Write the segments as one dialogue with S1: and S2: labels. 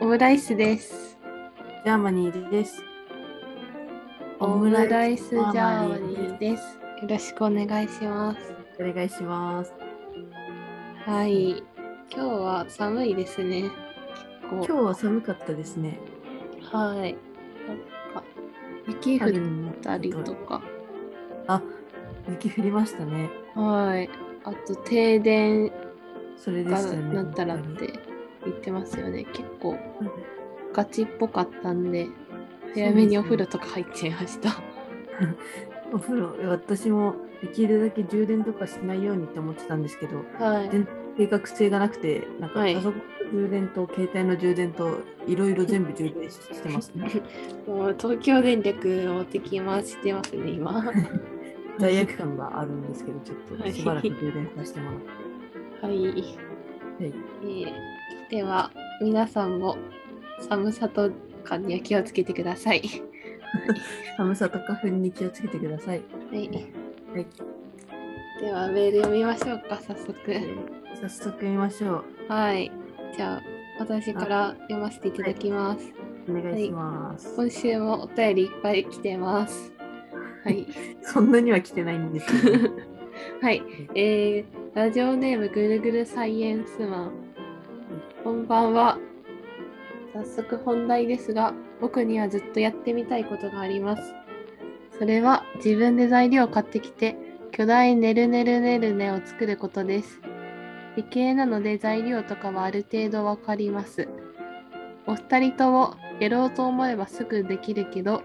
S1: ムライスです。
S2: ジャーマニーです。
S1: オムライスジャーマニーです。よろしくお願いします。
S2: お願いします。
S1: はい。今日は寒いですね。
S2: 今
S1: 結
S2: 日は寒かったですね。
S1: 構。はい。なんか、雪降ったりとか。
S2: あ、雪降りましたね。
S1: はい。あと、停電
S2: それで
S1: が
S2: したね。
S1: なったらっ
S2: 本
S1: て言ってますよね。結構、
S2: 当に。
S1: ガチっぽかったんで、早めにお風呂とか入っちゃいました。
S2: お風呂、私もできるだけ充電とかしないようにって思ってたんですけど、
S1: はい。
S2: 全計画性がなくて、なんか
S1: はい
S2: パソコンの充電と携帯の充電といろいろ全部充電してますね。
S1: もう東京電力を敵回してますね、今。
S2: 罪悪感があるんですけど、ちょっ
S1: は
S2: と
S1: い
S2: しばらく充電させてもらって。
S1: はい、
S2: はい
S1: えーでは皆さんも寒さとかには気をつけてください。
S2: 寒さと花粉に気をつけてください。
S1: はい、
S2: はい、
S1: ではメール読みましょうか早速。
S2: 早速見ましょう。
S1: はいじゃあ私から読ませていただきます。
S2: お願いします。
S1: 今週もお便りいっぱい来てます。はい。
S2: そんなには来てないんですけど、
S1: はい、えーラジオネームぐるぐるサイエンスマン。こんばんは。早速本題ですが、僕にはずっとやってみたいことがあります。それは自分で材料を買ってきて、巨大ねるねるねるねを作ることです。理系なので材料とかはある程度わかります。お二人ともやろうと思えばすぐできるけど、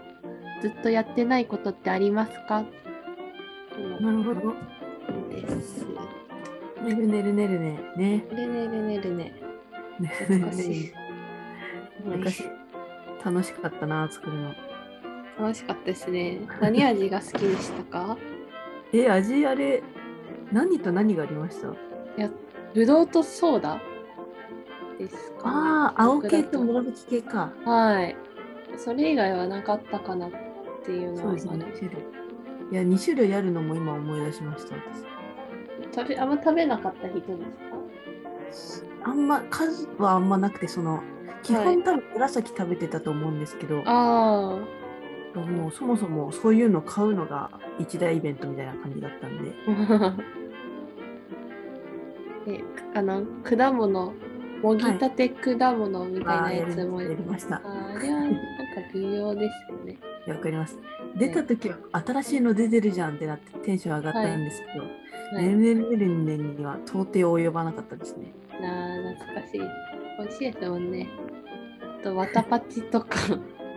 S1: ずっとやってないことってありますか
S2: なるほど。
S1: です。
S2: ねるねるねるね。ね。
S1: ねるねるねるね。
S2: ねるね
S1: 懐
S2: る
S1: かしい
S2: ね。。昔楽しかったな、作るの。
S1: 楽しかったですね。何味が好きでしたか？
S2: え、味あれ、何と何がありました
S1: ぶどうとソーダですか、
S2: ああ、青系と
S1: 僕だ
S2: 紫系か。
S1: はい。それ以外はなかったかなっていうのはある。
S2: 2種類。いや、2種類あるのも今思い出しました。
S1: 食べあんま食べなかった人ですか？
S2: 私あんま、数はあんまなくて、その、基本多分紫食べてたと思うんですけど、
S1: あ
S2: もうそもそもそういうの買うのが一大イベントみたいな感じだったんで。
S1: あ。 えあの果物もぎたて果物みたい
S2: あ
S1: な
S2: ーや
S1: や
S2: り
S1: つも、
S2: ましたやりました。
S1: あれはなんか微妙ですよね。
S2: いやわかります。出た時は新しいの出てるじゃんってなってテンション上がったんですけど、
S1: はい
S2: ねるねるねるねには到底及ばなかったですね。
S1: なあ懐かしい。美味しいですもんね。あと、わたパチとか。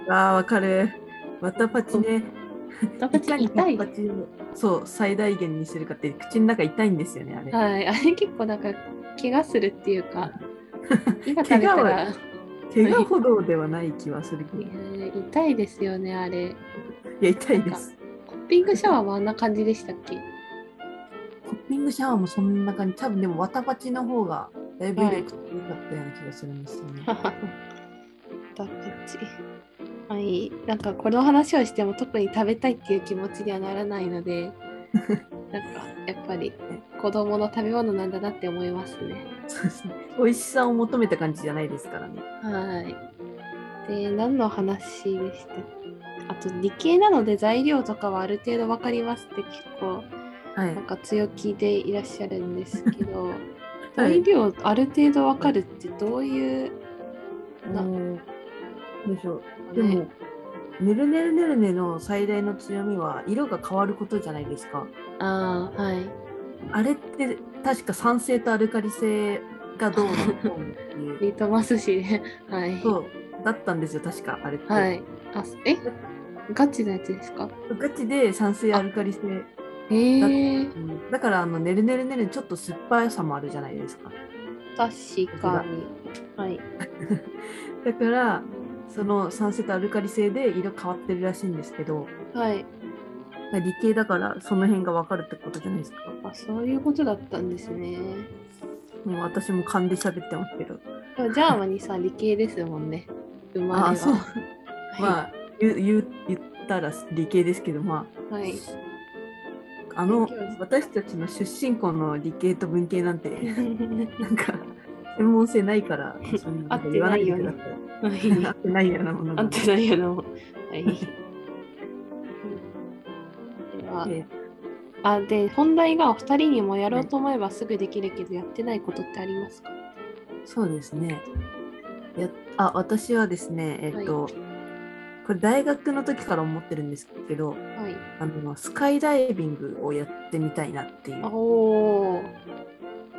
S2: ああ、わかる。わたパチね。
S1: わたパチ痛い。
S2: わ
S1: は
S2: たパチをそう、最大限にするかって口の中痛いんですよね、あれ。
S1: い。あれ結構なんか、怪我するっていう か、今食べ
S2: 怪
S1: た
S2: 我
S1: ら、
S2: は怪我ほどではない気はするけど。
S1: い
S2: い
S1: やー痛いですよね、あれ。
S2: や、痛いです。
S1: ホッピングシャワーもあんな感じでしたっけ
S2: ホッピングシャワーもそんな感じ。多分でもわたパチの方がだいぶ威力強かったような気がするんですよね。
S1: わたパチ。はい。なんか、この話をしても特に食べたいっていう気持ちにはならないので、 なんか、やっぱり子供の食べ物なんだなって思いますね。
S2: そうですね美味しさを求めた感じじゃないですからね。
S1: はい。で、何の話でしたあと、理系なので材料とかはある程度わかりますって結構、
S2: はい
S1: なん。か強気でいらっしゃるんですけ ど、
S2: はい
S1: 材料ある程度わかるってどういう、な
S2: うんでしょう。で
S1: ね
S2: も、ねるねるねるねの最大の強みは色が変わることじゃないですか。
S1: ああ、はい。
S2: あれって確か酸性とアルカリ性がどうのこうのっていう。
S1: リトマス紙で、 はい。
S2: そうだったんですよ、確かあれって。
S1: はい。あ、えガチのやつですか
S2: ガチで酸性アルカリ性。
S1: へえー、
S2: うんだからあのねるねるねるねちょっと酸っぱさもあるじゃないですか。
S1: 確かに。はい。
S2: だからその酸性とアルカリ性で色変わってるらしいんですけど、
S1: はい。
S2: 理系だからその辺が分かるってことじゃないですか。
S1: あ、そういうことだったんですね。
S2: もう私も勘で喋ってますけど。
S1: でもジャーマにさ、理系ですもんね。生まれは。
S2: あそうま
S1: は
S2: あ言う言う言ったら理系ですけど、ま
S1: い。はい、
S2: あ、あの
S1: 勉強です
S2: 私たちの出身校の理系と文系なんてなんか専門性ないから、そういうのなんか言わないでください。合ってないようなもの
S1: 合
S2: が。
S1: ってないよな。 はい。では
S2: え
S1: あで本題がお二人にもやろうと思えばすぐできるけどやってないことってありますか
S2: そうですね。やあ私はですね、えっ、と、
S1: はい
S2: これ大学の時から思ってるんですけど、
S1: はい。
S2: あのスカイダイビングをやってみたいなっていう、
S1: おお。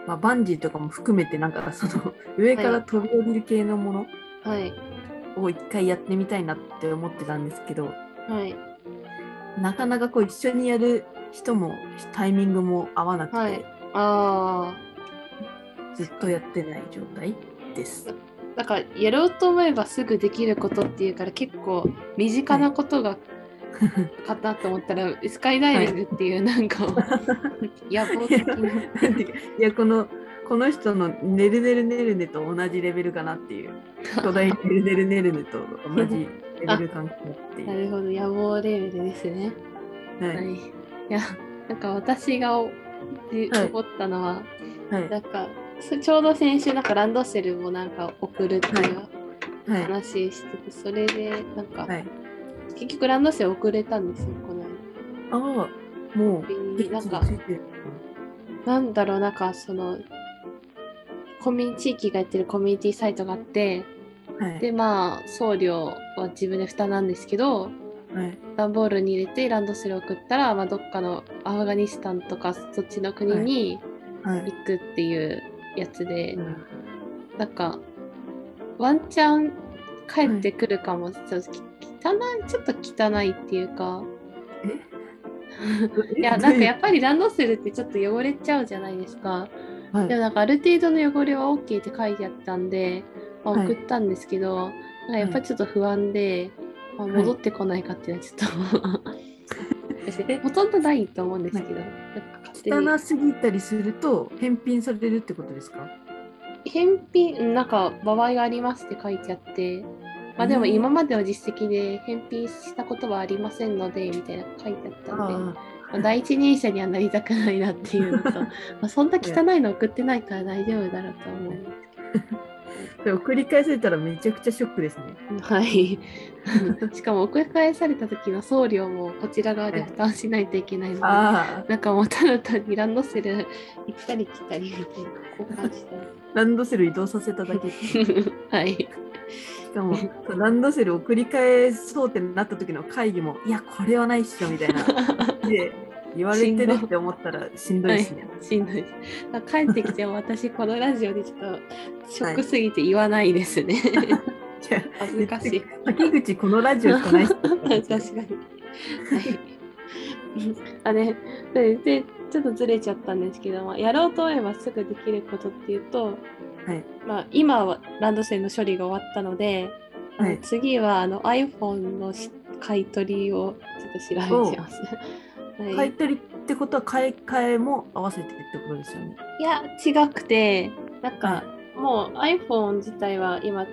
S2: まあ、バンジーとかも含めて、なんかその 上から飛び降りる系のもの
S1: はい。
S2: を一回やってみたいなって思ってたんですけど、
S1: はい。
S2: なかなかこう一緒にやる人もタイミングも合わなくて、
S1: はいあ
S2: ずっとやってない状態です。
S1: あ。なんかやろうと思えばすぐできることっていうから結構身近なことがかなと思ったら、スカイダイビングっていうなんか野望的な。
S2: なんていうかいやこのこの人の「ねるねるねるね」と同じレベルかなっていう巨大ねるねるねるねと同じレベル感覚って
S1: な
S2: いう。
S1: るほど野望レベルですね。
S2: はい
S1: は
S2: はい
S1: い、いやなんか私がおで
S2: はい
S1: 思ったのは、なんかそちょうど先週なんかランドセルをなんか送るっていう
S2: はい
S1: 話しててそれでなんか、
S2: はい
S1: 結局ランドセル送れたんですよこの
S2: ああもう
S1: 間なんか
S2: ついてる
S1: なんだろうなんかそのコミュニ地域がやってるコミュニティサイトがあって
S2: はい
S1: でまあ送料は自分で負担なんですけど
S2: はい
S1: 段ボールに入れてランドセル送ったら、まあ、どっかのアフガニスタンとかそっちの国に
S2: はい
S1: 行くっていうやつで、
S2: うん
S1: なんかワンチャン帰ってくるかも、ちょっとき汚いちょっと汚いっていうか いやなんかやっぱりランドセルってちょっと汚れちゃうじゃないですか
S2: はい
S1: でもなんかある程度の汚れは OK って書いてあったんで、まあ
S2: はい
S1: 送ったんですけど、なんかやっぱりちょっと不安で、まあ
S2: はい
S1: 戻ってこないかっていうのはちょっと、 私
S2: え
S1: ほとんどないと思うんですけど、なんか勝手に
S2: 汚すぎたりすると返品されるってことですか
S1: 返品うんなんか場合がありますって書いてあってまあでも
S2: うん
S1: 今までの実績で返品したことはありませんのでみたいな書いてあったんでま
S2: あ
S1: あ第一人者にはなりたくないなっていうの とまあそんな汚いの送ってないから大丈夫だろうとは思うんです
S2: あそれ送り返されたらめちゃくちゃショックですね。
S1: けどはいしかも送り返された時の送料もこちら側で負担しないといけないので
S2: ああ
S1: なんかもうただ単にランドセル行ったり来たりみたいな交換した
S2: ランドセル移動させただ け
S1: りはい
S2: しかもそうランドセルを繰り返そうってなった時の会議も「いやこれはないっしょ」みたいなで言われてるって思ったらしんどいですね。
S1: しんどいです。あ帰ってきても私このラジオでちょっとショックすぎて言わないですね。
S2: じゃあ
S1: 恥ずかしい。
S2: 滝口このラジオしかない っす
S1: 確かに。はい。あれででちょっとずれちゃったんですけどもやろうと思えばすぐできることっていうと、
S2: はい
S1: まあ、今はランドセルの処理が終わったので、あの
S2: はい
S1: 次はあの iPhone のし買い取りをちょっと調べてます。は
S2: 買い取りってことは買い替えも合わせてってことですよね。
S1: いや違くてなんか、もう iPhone 自体は今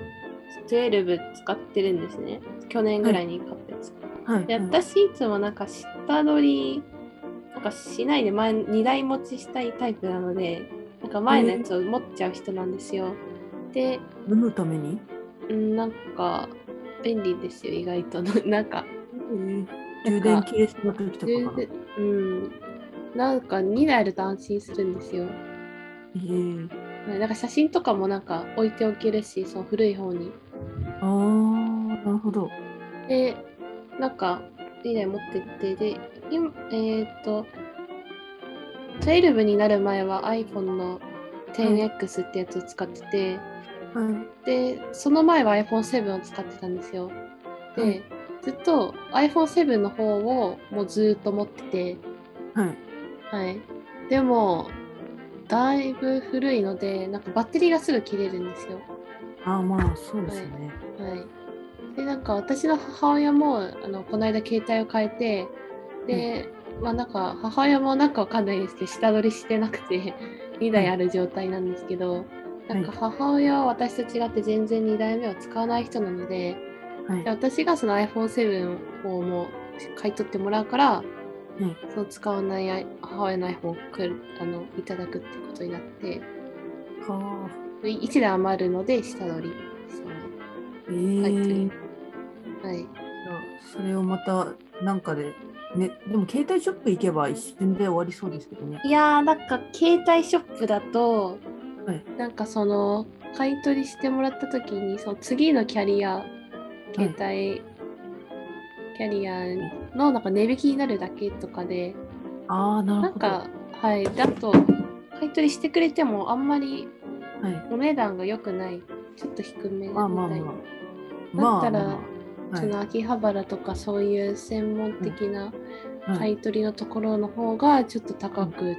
S1: 12使ってるんですね去年ぐらいに買ったやつ、
S2: はい、
S1: で
S2: はい
S1: 私いつもなんか下取りなんかしないで前2台持ちしたいタイプなのでなんか前のやつを持っちゃう人なんですよ、で
S2: 飲むために、
S1: うんなんか便利ですよ意外と なんか
S2: 充電切れそうな時とか
S1: 全
S2: かな
S1: 然うんなんか2台あると安心するんですよ
S2: えー、
S1: なんか写真とかもなんか置いておけるしその古い方に
S2: あーなるほど。
S1: で、なんか、リレー持ってって、で、今、えっ、ー、と、12になる前は iPhone の 10X ってやつを使ってて、
S2: は
S1: で、その前は iPhone7 を使ってたんですよ。で、
S2: はい
S1: ずっと iPhone7 の方をもうずーっと持ってて、
S2: い、はい、
S1: はい。でも、だいぶ古いので、なんかバッテリーがすぐ切れるんですよ。
S2: あーまあそうですよね。
S1: はい、でなんか私の母親もあのこの間携帯を変えてで、まあなんか母親もなんかわかんないですけど下取りしてなくて 2台ある状態なんですけど、なんか母親は私と違って全然2台目を使わない人なので
S2: はい
S1: で私がその iPhone7 をもう買い取ってもらうから、
S2: うん
S1: その使わないあ母親の iPhone をくるあのいただくってことになって。
S2: は
S1: 1で余るので下取りしてます
S2: えー
S1: はい。
S2: それをまたなんかで、ね、でも携帯ショップ行けば一瞬で終わりそうですけどね。
S1: いやーなんか携帯ショップだと、
S2: はい
S1: なんかその買い取りしてもらった時にその次のキャリア携帯、キャリアのなんか値引きになるだけとかで
S2: ああ、な
S1: な
S2: る
S1: ん
S2: ほど。
S1: かはいだと買い取りしてくれてもあんまり
S2: はい、
S1: お値段が良くないちょっと低めみたい
S2: ま
S1: な
S2: あまあまあ。
S1: だったら
S2: まあまあ
S1: その秋葉原とかそういう専門的な
S2: はいは
S1: 買
S2: い
S1: い取りのところの方がちょっと高く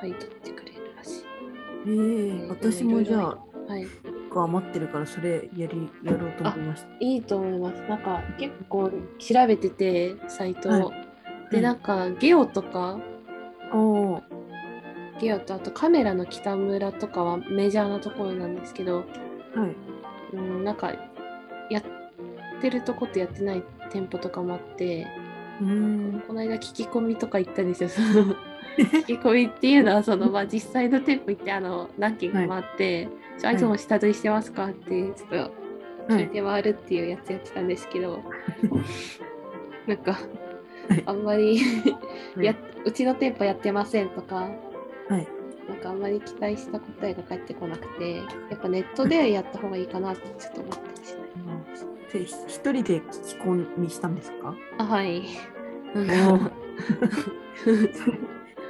S1: 買い取ってくれるらしい。
S2: えー私もじゃあ、
S1: はい
S2: が余ってるからそれやりやろうと思いました。
S1: いいと思います。なんか結構調べててサイトを、
S2: は
S1: でなんんかゲオとか
S2: か、おー
S1: ゲオとあとカメラの北村とかはメジャーなところなんですけど、
S2: はい。
S1: うん、なんかやってるとことやってない店舗とかもあって
S2: うーん。
S1: この間聞き込みとか行ったん ですよ。その聞き込みっていうのはその、まあ、実際の店舗行ってあの何軒か回って「ちょあいつも下取りしてますか?」ってちょっと
S2: は
S1: 聞い
S2: い。
S1: て回るっていうやつやってたんですけ ど、なんか、
S2: はい
S1: あんまり
S2: はい
S1: やうちの店舗やってませんとか、
S2: はい
S1: なんかあんまり期待した答えが返ってこなくてやっぱネットでやった方がいいかなってちょっと思ったりして
S2: でひ一人で聞き込みしたんですか
S1: あはいな
S2: お
S1: ん か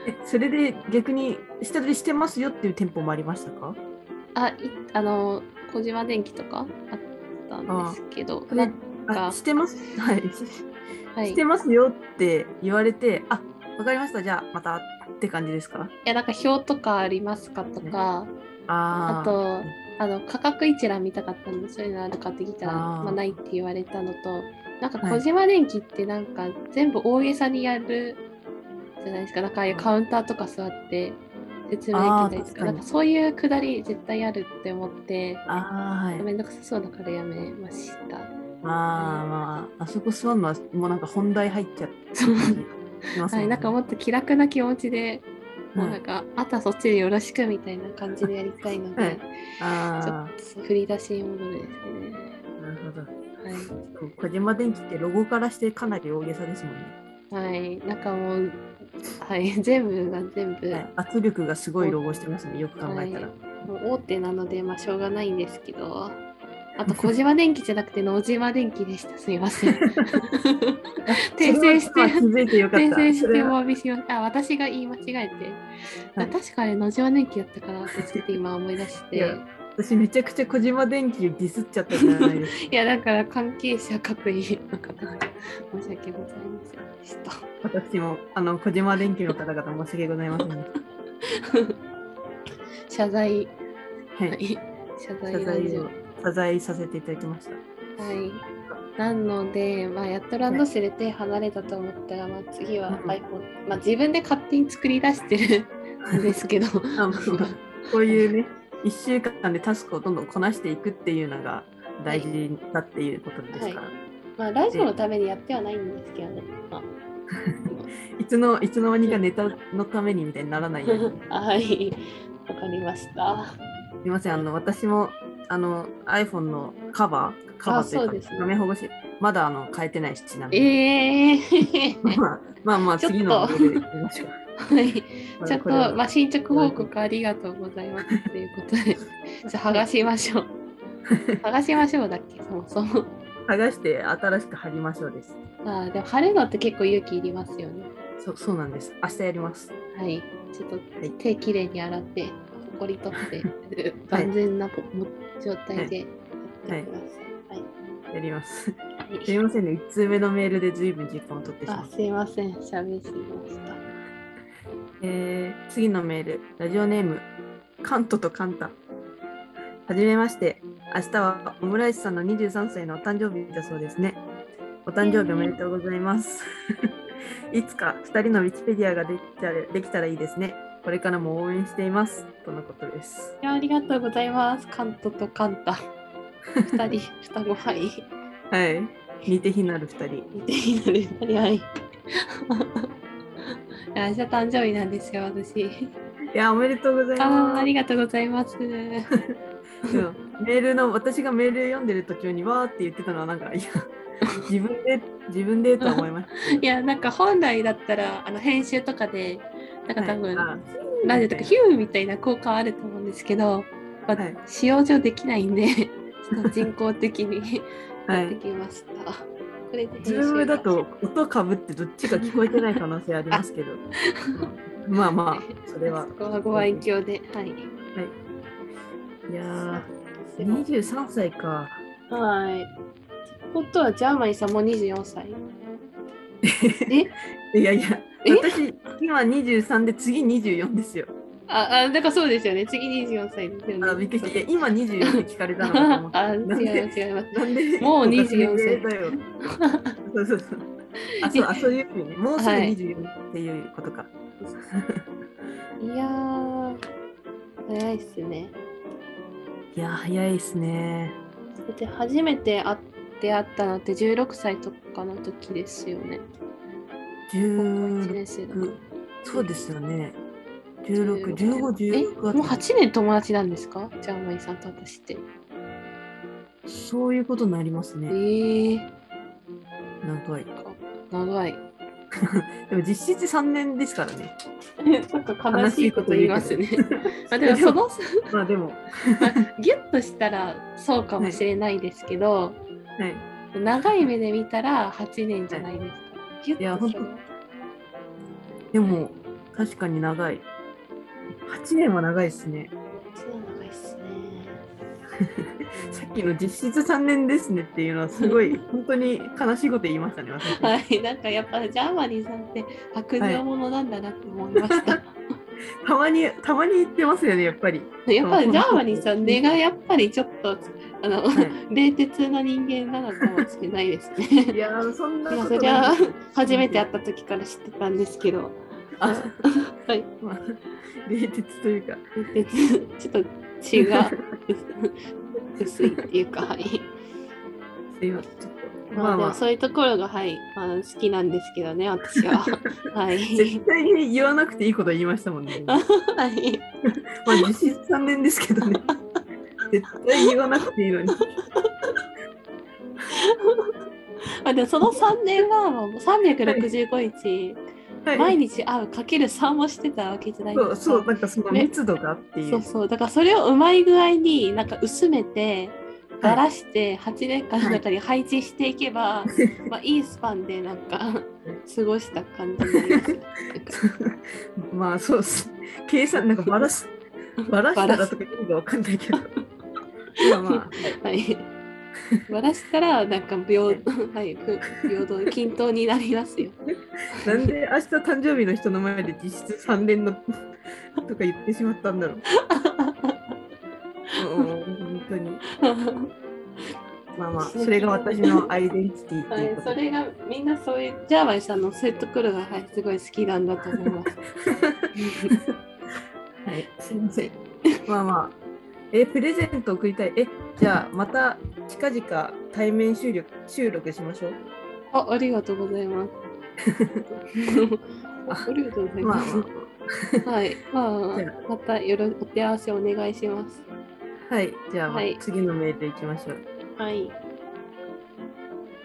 S2: えそれで逆に下取りしてますよっていう店舗もありましたか
S1: あいあの小島電機とかあったんですけど
S2: あ
S1: なんか
S2: あしてますはい、
S1: はい、
S2: し
S1: い
S2: てますよって言われてあわかりましたじゃあまたって感じですか
S1: やなんか表とかありますかとか、
S2: あー
S1: あとあの価格一覧見たかったのでそういうのあるかって聞いたら
S2: あー
S1: まあ、ないって言われたのとなんか
S2: はい
S1: 小島電機ってなんか全部大げさにやるじゃないですかなんかああいうカウンターとか座って説明できたりと
S2: あー確
S1: か
S2: かに
S1: なんかそういうくだり絶対あるって思って
S2: あーはい
S1: めんどくさそうだからやめました。
S2: まあまああそこ座るのはもうなんか本題入っちゃって
S1: そう
S2: ます
S1: は
S2: も
S1: い、
S2: んね
S1: なんかもっと気楽な気持ちで、もう
S2: は
S1: ないんかあとはそっちでよろしくみたいな感じでやりたいので、
S2: はい
S1: ち
S2: あ
S1: ょっと振り出しに戻るです
S2: あなるほど
S1: ね。はい
S2: こう小島電機ってロゴからしてかなり大げさですもんね、
S1: はい、なんかもう、はい、 全部が全部、
S2: はい圧力がすごいロゴしてますねよく考えたら、
S1: もう大手なので、まあ、しょうがないんですけど、あ と、小島電機じゃなくて、野島電機でした。すみません。 訂正して、
S2: それは気づいて よかった
S1: 訂正し
S2: そ
S1: て
S2: れ
S1: お
S2: は
S1: 詫びします。あ、私が言い間違えて、
S2: は
S1: 確
S2: い
S1: かあれ、野島電機やったかなって、ちょっと今思い出して、
S2: いや私めちゃくちゃ小島電機をディスっちゃったじゃないですか
S1: いや、だから関係者各位の方々、申し訳ございませんでした。
S2: 私もあの小島電機の方々申し訳ございませんでし
S1: 謝罪、
S2: たは
S1: はいい、謝罪ラ
S2: 謝
S1: ジ
S2: 罪
S1: オ
S2: を。謝罪させていただきました
S1: はい。なので、まあ、やっとランドセル手離れたと思ったら、まあ、次は
S2: うん
S1: iPhone、まあ、自分で勝手に作り出してるんです けど、
S2: あまあこういうね、1週間でタスクをどんどんこなしていくっていうのが大事だっていうことですから、
S1: はまあ、ラジオのためにやってはないんですけどね。まあ
S2: い、つのいつの間にかネタのためにみたいにならないように。す
S1: あはい、わかりました。
S2: みません、あの私もあの iPhone のカバー、カバーと
S1: そう
S2: いう
S1: です
S2: か、
S1: ね
S2: 画面保護し、まだあの変えてないし、ちなみに。
S1: ええ
S2: まあ まあまあ、
S1: ちょっと
S2: 次のモデルいきましょう。
S1: はい、ちょっと、
S2: まあこれ
S1: ま
S2: は
S1: あ、進捗報告ありがとうございますということ で、じゃあ剥がしましょう。剥がしましょうだっけ、そもそも。
S2: 剥がして新しく貼りましょうです。
S1: ああ、でも、晴れるのって結構勇気いりますよね。
S2: そうそうなんです。明日やります。
S1: はい、ちょっと
S2: い
S1: 手きれいに洗って、ほこり取って、万全なぽも状態でやってください。
S2: やります。
S1: はい
S2: すみませんね、1通目のメールで随分時間を取ってしま
S1: あ
S2: った
S1: すいません、しゃべりすぎました。
S2: えー次のメール、ラジオネーム、カントとカンタ。はじめまして、明日はオムライスさんの23歳のお誕生日だそうですね。お誕生日おめでとうございます。 いつか2人のウィキペディアができたらできたらいいですね。これからも応援しています。とのことです。
S1: いやありがとうございます。カントとカンタ。 二人、双子、はい。
S2: はい。似て非なる2人。
S1: 似ていいので、二人、 はい。いや明日誕生日なんですよ、私。
S2: いや、おめでとうござい
S1: あー
S2: ます。
S1: ありがとうございます。
S2: うんメールの私がメール読んでる途中にわーって言ってたのはなんかいや自分で自分でとは思いましたけど。
S1: いやなんか本来だったらあの編集とかでなんか 多分、
S2: はいあ
S1: ラジオとか
S2: み
S1: ヒューみたいな効果はあると思うんですけど、まあ
S2: はい
S1: 使用上できないんでちょっと人工的 に
S2: た
S1: や
S2: い
S1: っ
S2: なは
S1: て
S2: い。
S1: きました。これで編
S2: ズ
S1: 集が
S2: ームだと音かぶってどっちか聞こえてない可能性あります けど。うんまあまあそれは。
S1: そこはご愛嬌で、はい。
S2: いやー
S1: は
S2: 23歳か。
S1: い。ってことはジャーマイさんも24歳。え
S2: いやいや
S1: え
S2: 私今23で次24ですよ。
S1: ああだからそうですよね。次24歳ですよね。
S2: あびっくりしたいや今24って聞かれたのかと 思った。
S1: あ違います違います。
S2: なんで
S1: もう
S2: 昔
S1: 24歳
S2: だ よ。そうそうそう。あ、そう、あ、そういう意味ね。もうすぐ
S1: はい
S2: 24っていうことか。
S1: いやー早いっすね。
S2: い、や、早いですね。
S1: だって初めて会って会ったのって16歳とかの時ですよね。高校1
S2: 16
S1: 年生だから。
S2: そうですよね。16、15、16
S1: えもう8年友達なんですかジャーマイさんと私って。
S2: そういうことになります
S1: え
S2: ね。
S1: ー、
S2: 長い。
S1: 長い。
S2: でも実質3年ですからね。
S1: なんか悲しいこと言いますね。まあでもその
S2: まあでも、は
S1: ギュッとしたらそうかもしれないですけど、
S2: い。
S1: 長い目で見たら8年じゃないですか。ギュッと
S2: いや
S1: そ
S2: 本
S1: の
S2: 当でも、確かに長い。8年は長いですね。
S1: そう長いっすね。
S2: さっきの実質3年ですねっていうのはす ごい本当に悲しいこと言いましたね、私。
S1: はい、なんかやっぱジャーマニーさんって白状者なんだなって思いました。
S2: たまに、たまに言ってますよね、やっぱり。
S1: やっぱりジャーマニーさん根がやっぱりちょっとあの、
S2: は
S1: 冷徹な人間なのかもしれないですね。
S2: いやー、そんない
S1: や
S2: こ
S1: そ
S2: と
S1: りゃ
S2: ない。
S1: 初めて会った時から知ってたんですけど、 あはい、
S2: まあ、 冷徹というか。
S1: 冷徹ちょっと血が薄いっていうか、はい。
S2: すいません、ちょっと。
S1: ま
S2: ま
S1: あ、で
S2: あま
S1: も
S2: あ、
S1: そういうところが、はい、あの好きなんですけどね、私 は。はい。
S2: 絶対に言わなくていいこと言いましたも んね。まあ、
S1: はい。
S2: 実質3年です けどね。絶対言わなくていいのに。
S1: まあ、でもその3年はもう365日、
S2: は
S1: 毎
S2: い。
S1: 日会うかける3もしてたわけじゃない
S2: そう、
S1: ですか。
S2: そう、なんかその密度がってい。
S1: そううそうだからそれをうまい具合になんか薄めて
S2: い
S1: ばらして8年間の中に配置していけば、 い、まあいいスパンでなんか過ごした感じになりますよ
S2: まあ、そうっす。計算、なんかバ ラす、バラしたらとか意味がわかんないけど。まあまあ、
S1: はいばらしたらなんか平,、はい、ふ平等均等になります よ。
S2: なんで明日誕生日の人の前で実質3年のとか言ってしまったんだろう。もう本当に。まあまあ、それが私のアイデンティティって、
S1: はいいう
S2: こ
S1: そ
S2: とで。
S1: れがみんなそういうジャーマイさんのそういうところが、はい、すごい好きなんだと思います。
S2: はい、 すいません。まあまあ。え、プレゼント送りたい。え、じゃあまた近々対面収録収録しましょう。
S1: あありがとうござい ます。ありがとうござい
S2: ま
S1: ま
S2: あ
S1: す。
S2: ま
S1: はい、まあ
S2: じゃ、
S1: またよろお手合わせお願いします。
S2: あ。はい、じゃあ、まあ
S1: はい
S2: 次のメールいきましょう。
S1: はい。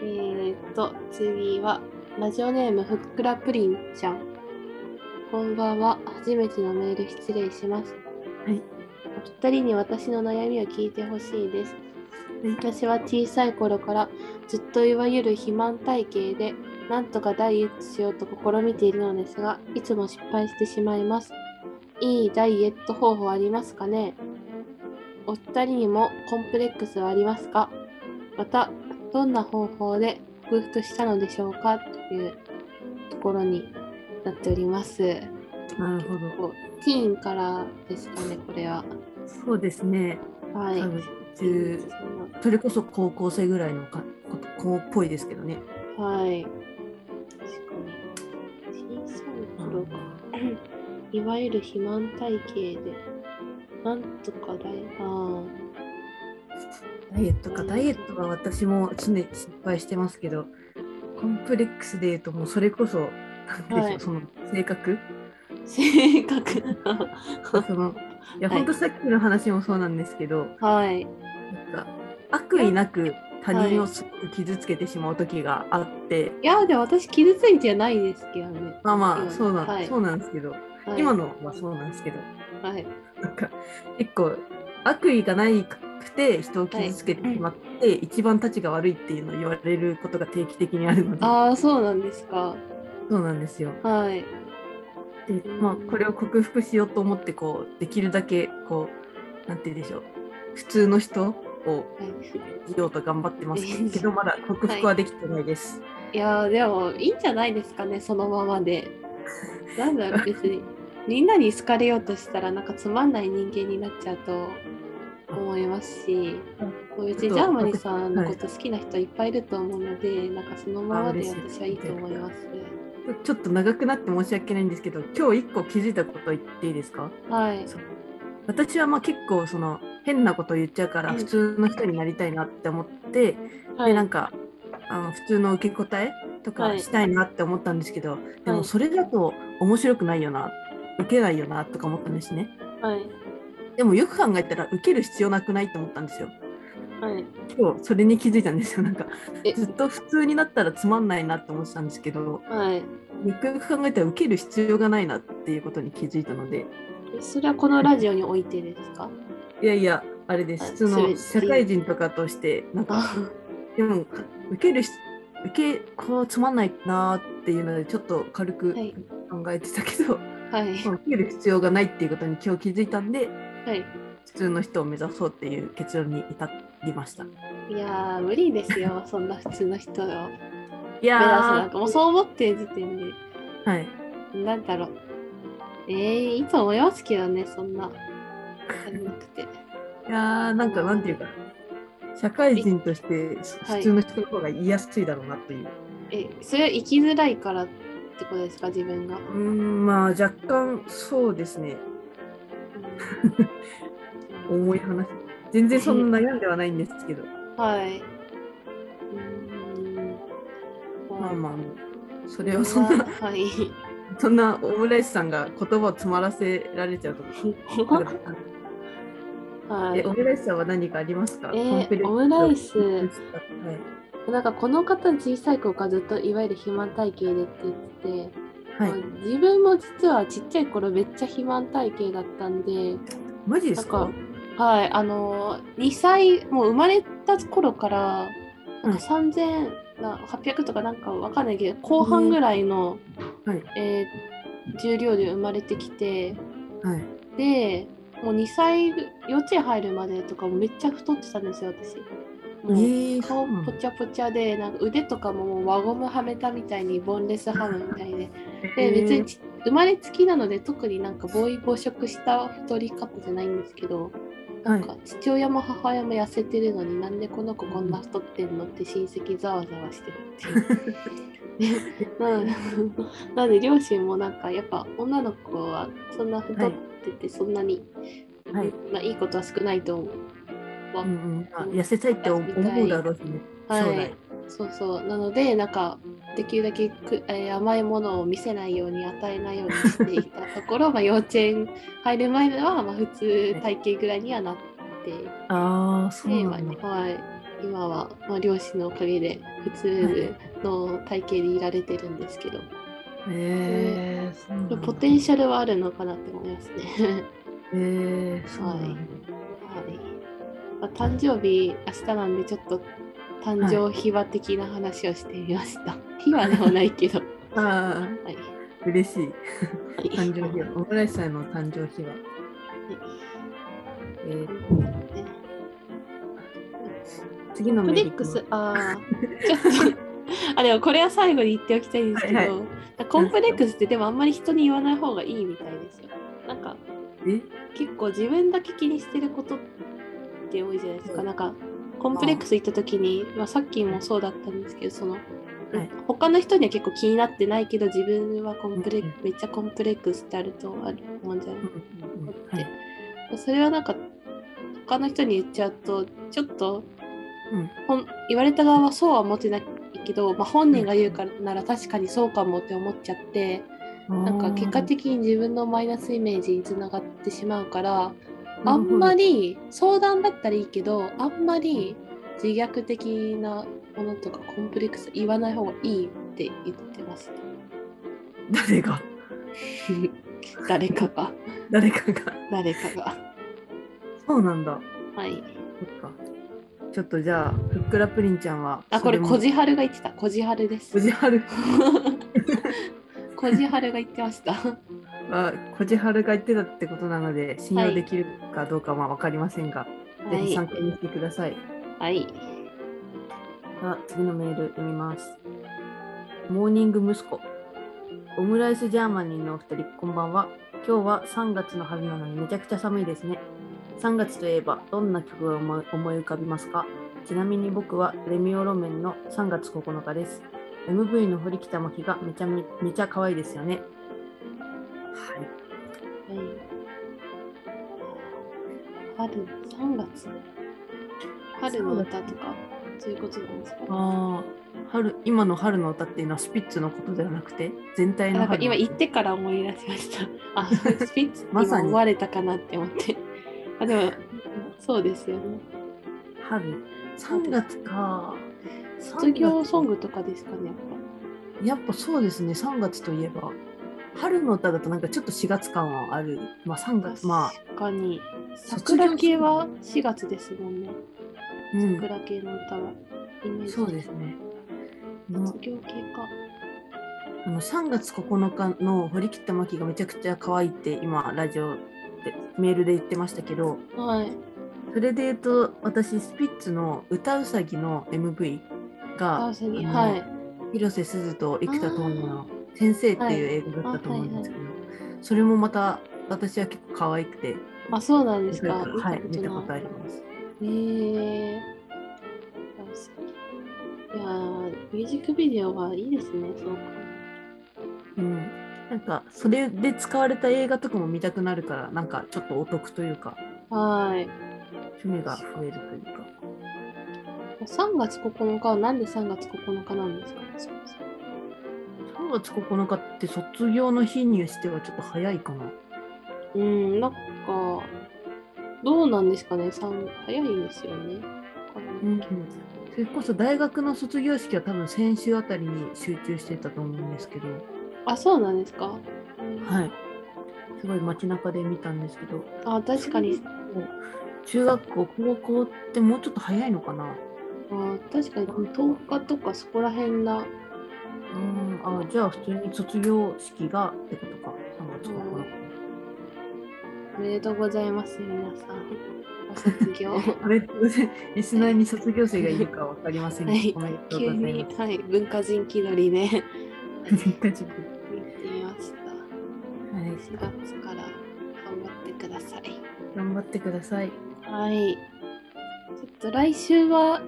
S1: えー、っと、次は、ラジオネームふっくらプリンちゃん。こんばんは。初めてのメール失礼します。
S2: はい。
S1: お二人に私の悩みを聞いてほしいです。私は小さい頃からずっといわゆる肥満体型で、なんとかダイエットしようと試みているのですが、いつも失敗してしまいます。いいダイエット方法ありますかねお二人にもコンプレックスはありますかまた、どんな方法で克服したのでしょうかというところになっております。
S2: なるほど。
S1: こうティーンからですかね、これは。
S2: そうですね。
S1: は
S2: 多
S1: い。
S2: 分10それこそ高校生ぐらいのかこと子っぽいですけどね。
S1: はい。確かに。小さい頃か。いわゆる肥満体型で、なんとかだいあ
S2: ダイエットか、ダイエットは私も常に失敗してますけど、コンプレックスで言うと、もうそれこそ、なんでしょう、
S1: はい
S2: その性格、
S1: ー、性格。
S2: そのいや、
S1: はい
S2: ほんとさっきの話もそうなんですけど、
S1: はい。
S2: なんか悪意なく他人をすごく傷つけてしまう時があって、
S1: いや、でも私、傷ついてないですけどね。
S2: まあま
S1: 今
S2: あそうなん、
S1: はい
S2: そうなんですけど、
S1: はい、
S2: 今のはそうなんですけど、
S1: はい。
S2: なんか結構悪意がないくて人を傷つけてしまって、一番たちが悪いっていうのを言われることが定期的にあるので、
S1: ああ、そうなんですか。
S2: そうなんですよ。
S1: はい。
S2: で、まあこれを克服しようと思ってこうできるだけこうなんて言うんでしょう普通の人を生きようと頑張ってますけ どまだ克服はできてないです。
S1: いやーでもいいんじゃないですかねそのままで。なんだろう別 にみんなに好かれようとしたらなんかつまんない人間になっちゃうと思いますし別にジャーマニさんのこと好きな人いっぱいいると思うので、なんかそのままで
S2: あ嬉しい
S1: 私はいいと思います。
S2: ちょっと長くなって申し訳ないんですけど今日一個気づいたこと言っていいですか
S1: はい
S2: そう私はまあ結構その変なこと言っちゃうから
S1: うん
S2: 普通の人になりたいなって思って、
S1: は
S2: で
S1: い
S2: なんかあの普通の受け答えと
S1: は
S2: か
S1: い
S2: したいなって思ったんですけど、で
S1: はい
S2: もそれだと面白くないよな受けないよなとか思ったんですね
S1: はい
S2: でもよく考えたら受ける必要なくないって思ったんですよ
S1: はい
S2: 今日それに気づいたんですよなんか
S1: え
S2: ずっと普通になったらつまんないなって思ってたんですけど
S1: はい
S2: よくよく考えたら受ける必要がないなっていうことに気づいたので
S1: それはこのラジオにおいてです か
S2: いやいやあれで
S1: あ
S2: す普通
S1: それ
S2: の社会人とかとしてなんか
S1: あ
S2: でも受けるし受けこうつまんないなーっていうのでちょっと軽く
S1: はい
S2: 考えてたけど、
S1: はい
S2: まあ受ける必要がないっていうことに今日気づいたんで
S1: はい。
S2: 普通の人を目指そうっていう結論に至りました
S1: いやー無理ですよそんな普通の人を目指す
S2: い
S1: なん
S2: や
S1: かもうそう思ってる時点で。
S2: ーはい
S1: なんだろう。えー、いいと思いますけどね、そんな。わかんなくて。
S2: いやーなんかなんていうか社会人として普通の人の方が言いやすいだろうなという、
S1: え、それは生きづらいからってことですか、自分が。
S2: うーんまあ若干そうですね重い話全然そんな悩んではないんですけど
S1: はい。うーん
S2: まあまあそれはそんな
S1: はい。
S2: そんなオムライスさんが言葉を詰まらせられちゃうと思う
S1: は
S2: えオ
S1: い。
S2: ムライスさんは何かありますか、
S1: えー
S2: コンプレックス
S1: オムライス
S2: はい、
S1: なんかこの方小さい頃からずっといわゆる肥満体型でって言ってて、
S2: はい
S1: まあ自分も実はちっちゃい頃めっちゃ肥満体型だったんで、
S2: マジですか
S1: なんはい、あの2歳もう生まれた頃からなんか3800とかなんかわかんないけど後半ぐらいの、
S2: はい
S1: えー重量で生まれてきて
S2: はい
S1: でもう2歳幼稚園入るまでとかもめっちゃ太ってたんですよ私。
S2: え
S1: もう
S2: ー、
S1: 顔
S2: そうなん
S1: ぽ
S2: だ
S1: ちゃぽちゃでなんか腕とかももう輪ゴムはめたみたいにボンレスハムみたいでで別にち生まれつきなので特になんかボーイ暴食した太り方じゃないんですけど、
S2: はい
S1: なんか父親も母親も痩せてるのになんでこの子こんな太ってんのって親戚ざわざわしてるっていう でなので。なので両親もなんかやっぱ女の子はそんな太っててそんなに、
S2: はい、
S1: まあ、いいことは少ないと思う。
S2: うんうんまあ、痩せたいって思うだろうしね、
S1: はい
S2: 将来
S1: そうそうなのでなんかできるだけく、えー甘いものを見せないように与えないようにしていたところまあ幼稚園入る前はまあ普通体型ぐらいにはなっていて、
S2: ああそう
S1: ま
S2: な
S1: あ
S2: んだ、
S1: はい、今は、まあ、両親のおかげで普通の体型でいられてるんですけど、
S2: えー、そうなんだ
S1: ポテンシャルはあるのかなって思いますね。
S2: えー、そうなんだ、
S1: はいはいまあ、誕生日明日なんでちょっと誕生秘話的な話をしてみました。秘話ではないけど。
S2: あ
S1: はい
S2: あ嬉しい
S1: はい
S2: 誕生日はオムライスさんの誕生日はえー、次の
S1: フ
S2: メ
S1: レ
S2: ール
S1: ッ
S2: 行
S1: ク
S2: きます
S1: ス、ああ、ちょっと、あ、でもこれは最後に言っておきたいんですけど、
S2: はい
S1: コンプレックスってでもあんまり人に言わない方がいいみたいですよ。なんか
S2: え
S1: 結構自分だけ気にしてることって多いじゃないですか。
S2: うん
S1: なんかコンプレックス行った時に、まあ、さっきもそうだったんですけど、その、
S2: い
S1: 他の人には結構気になってないけど自分はコンプレ、
S2: うんうん
S1: めっちゃコンプレックスってあるとあるもんじゃない
S2: うんうんうん
S1: っ
S2: は
S1: て
S2: い、
S1: それはなんか他の人に言っちゃうとちょっと、
S2: うん
S1: ほん言われた側はそうは思ってないけど、まあ、本人が言うからなら確かにそうかもって思っちゃって、
S2: な
S1: なんか結果的に自分のマイナスイメージにつながってしまうからあんまり相談だったらいいけどあんまり自虐的なものとかコンプレックス言わない方がいいって言ってます、
S2: 誰が
S1: 誰かが
S2: 誰かが
S1: 誰かが
S2: そうなんだ
S1: はい
S2: そっかちょっとじゃあふっくらプリンちゃんは
S1: あこれ
S2: そ
S1: こ
S2: も
S1: じはるが言ってたこじはるです
S2: こじはる
S1: こじはるが言ってました
S2: はこじはるが言ってたってことなので信用できるかどうかは分かりませんが、
S1: は
S2: ぜひ
S1: い
S2: 参考にしてください
S1: はい
S2: さあ次のメール読みますモーニング息子オムライスジャーマニーのお二人こんばんは今日は3月の初めなのにめちゃくちゃ寒いですね3月といえばどんな曲が思い思い浮かびますかちなみに僕はレミオロメンの3月9日です MV の堀北真希がめちゃめめちゃ可愛いですよねはい
S1: はい。春、3月春の歌とか、そういうことなんですか、
S2: ああ、春、今の春の歌っていうのはスピッツのことではなくて、全体
S1: な
S2: の
S1: んか
S2: 春の
S1: 今
S2: 歌
S1: 言ってから思い出しました。あ、スピッツ
S2: ま
S1: 今
S2: さに
S1: 思われたかなって思って。あ、でも、そうですよね。
S2: 春。3月か。
S1: 卒業ソン
S2: グ
S1: グとかですかね、やっ
S2: やっぱそうですね、3月といえば。春の歌だとなんかちょっと4月感はある。まあ3
S1: ぱ。
S2: 月、まあ、
S1: 確かに。
S2: 卒業
S1: 桜系は4月ですもんね。
S2: うん、
S1: 桜系の歌は。イメージ
S2: そうですね。の
S1: 卒業系か。
S2: あの3月9日の堀北真希がめちゃくちゃ可愛いって今ラジオでメールで言ってましたけど
S1: はい。
S2: それで言うと私スピッツの歌うさぎの MV が
S1: あ、次、
S2: あの
S1: はい。
S2: 広瀬すずと生田斗真の「先生」っていう映画だったと思うんですけど、それもまた私は結構可愛くて
S1: あ、そうなんですか。
S2: はい見た
S1: な
S2: ことあります
S1: えー、いやーミュージックビデオはいいですね、すごく。
S2: うんなんかそれで使われた映画とかも見たくなるからなんかちょっとお得というか
S1: はーい。
S2: 趣味が増えるというか
S1: 3月9日はなんで3月9日なんですかそもそも
S2: 3月9日って卒業の日にしてはちょっと早いかな
S1: うん、なんか、どうなんですかね、さん早いんですよね。
S2: うんそれこそ大学の卒業式は多分先週あたりに集中してたと思うんですけど
S1: あ、そうなんですか。。
S2: はいいすごい街中で見たんですけど
S1: あ、確かに、
S2: 中学校高校ってもうちょっと早いのかな
S1: あ確かに10日とかそこら辺な。
S2: うんあじゃあ普通に卒業式がってことか3月9日、
S1: おめでとうございます、皆さん。ご卒業。
S2: あれリスナーに卒業生がいるかわかりませんが、
S1: はい
S2: おめでと
S1: 急
S2: うござい
S1: に
S2: ま、
S1: はい、文化人気取りで行っ
S2: すは
S1: て
S2: い
S1: みました。4月から頑張ってください。
S2: 頑張ってください
S1: はい。ちょっと来週は、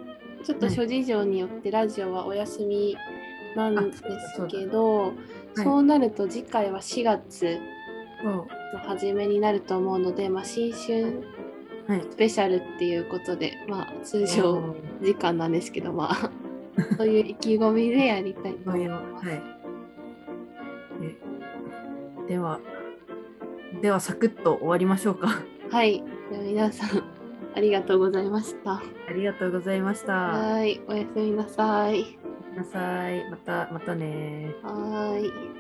S1: ちょっと諸事情によってラジオはお休みなんですけど、
S2: だ
S1: そうなると次回は4月
S2: そ
S1: の初めになると思うので、まあ、新春
S2: うはい
S1: スペシャルっていうことで、まあ、通常時間なんですけど、まあ、 そういう意気込みでやりたいと
S2: ご
S1: 思い
S2: 用
S1: ます。
S2: はいえではではサクッと終わりましょうか
S1: はい。では皆さん、ありがとうございました。
S2: ありがとうございました
S1: はい。おやすみなさい。
S2: ごめんなさいまたまたね
S1: はーい。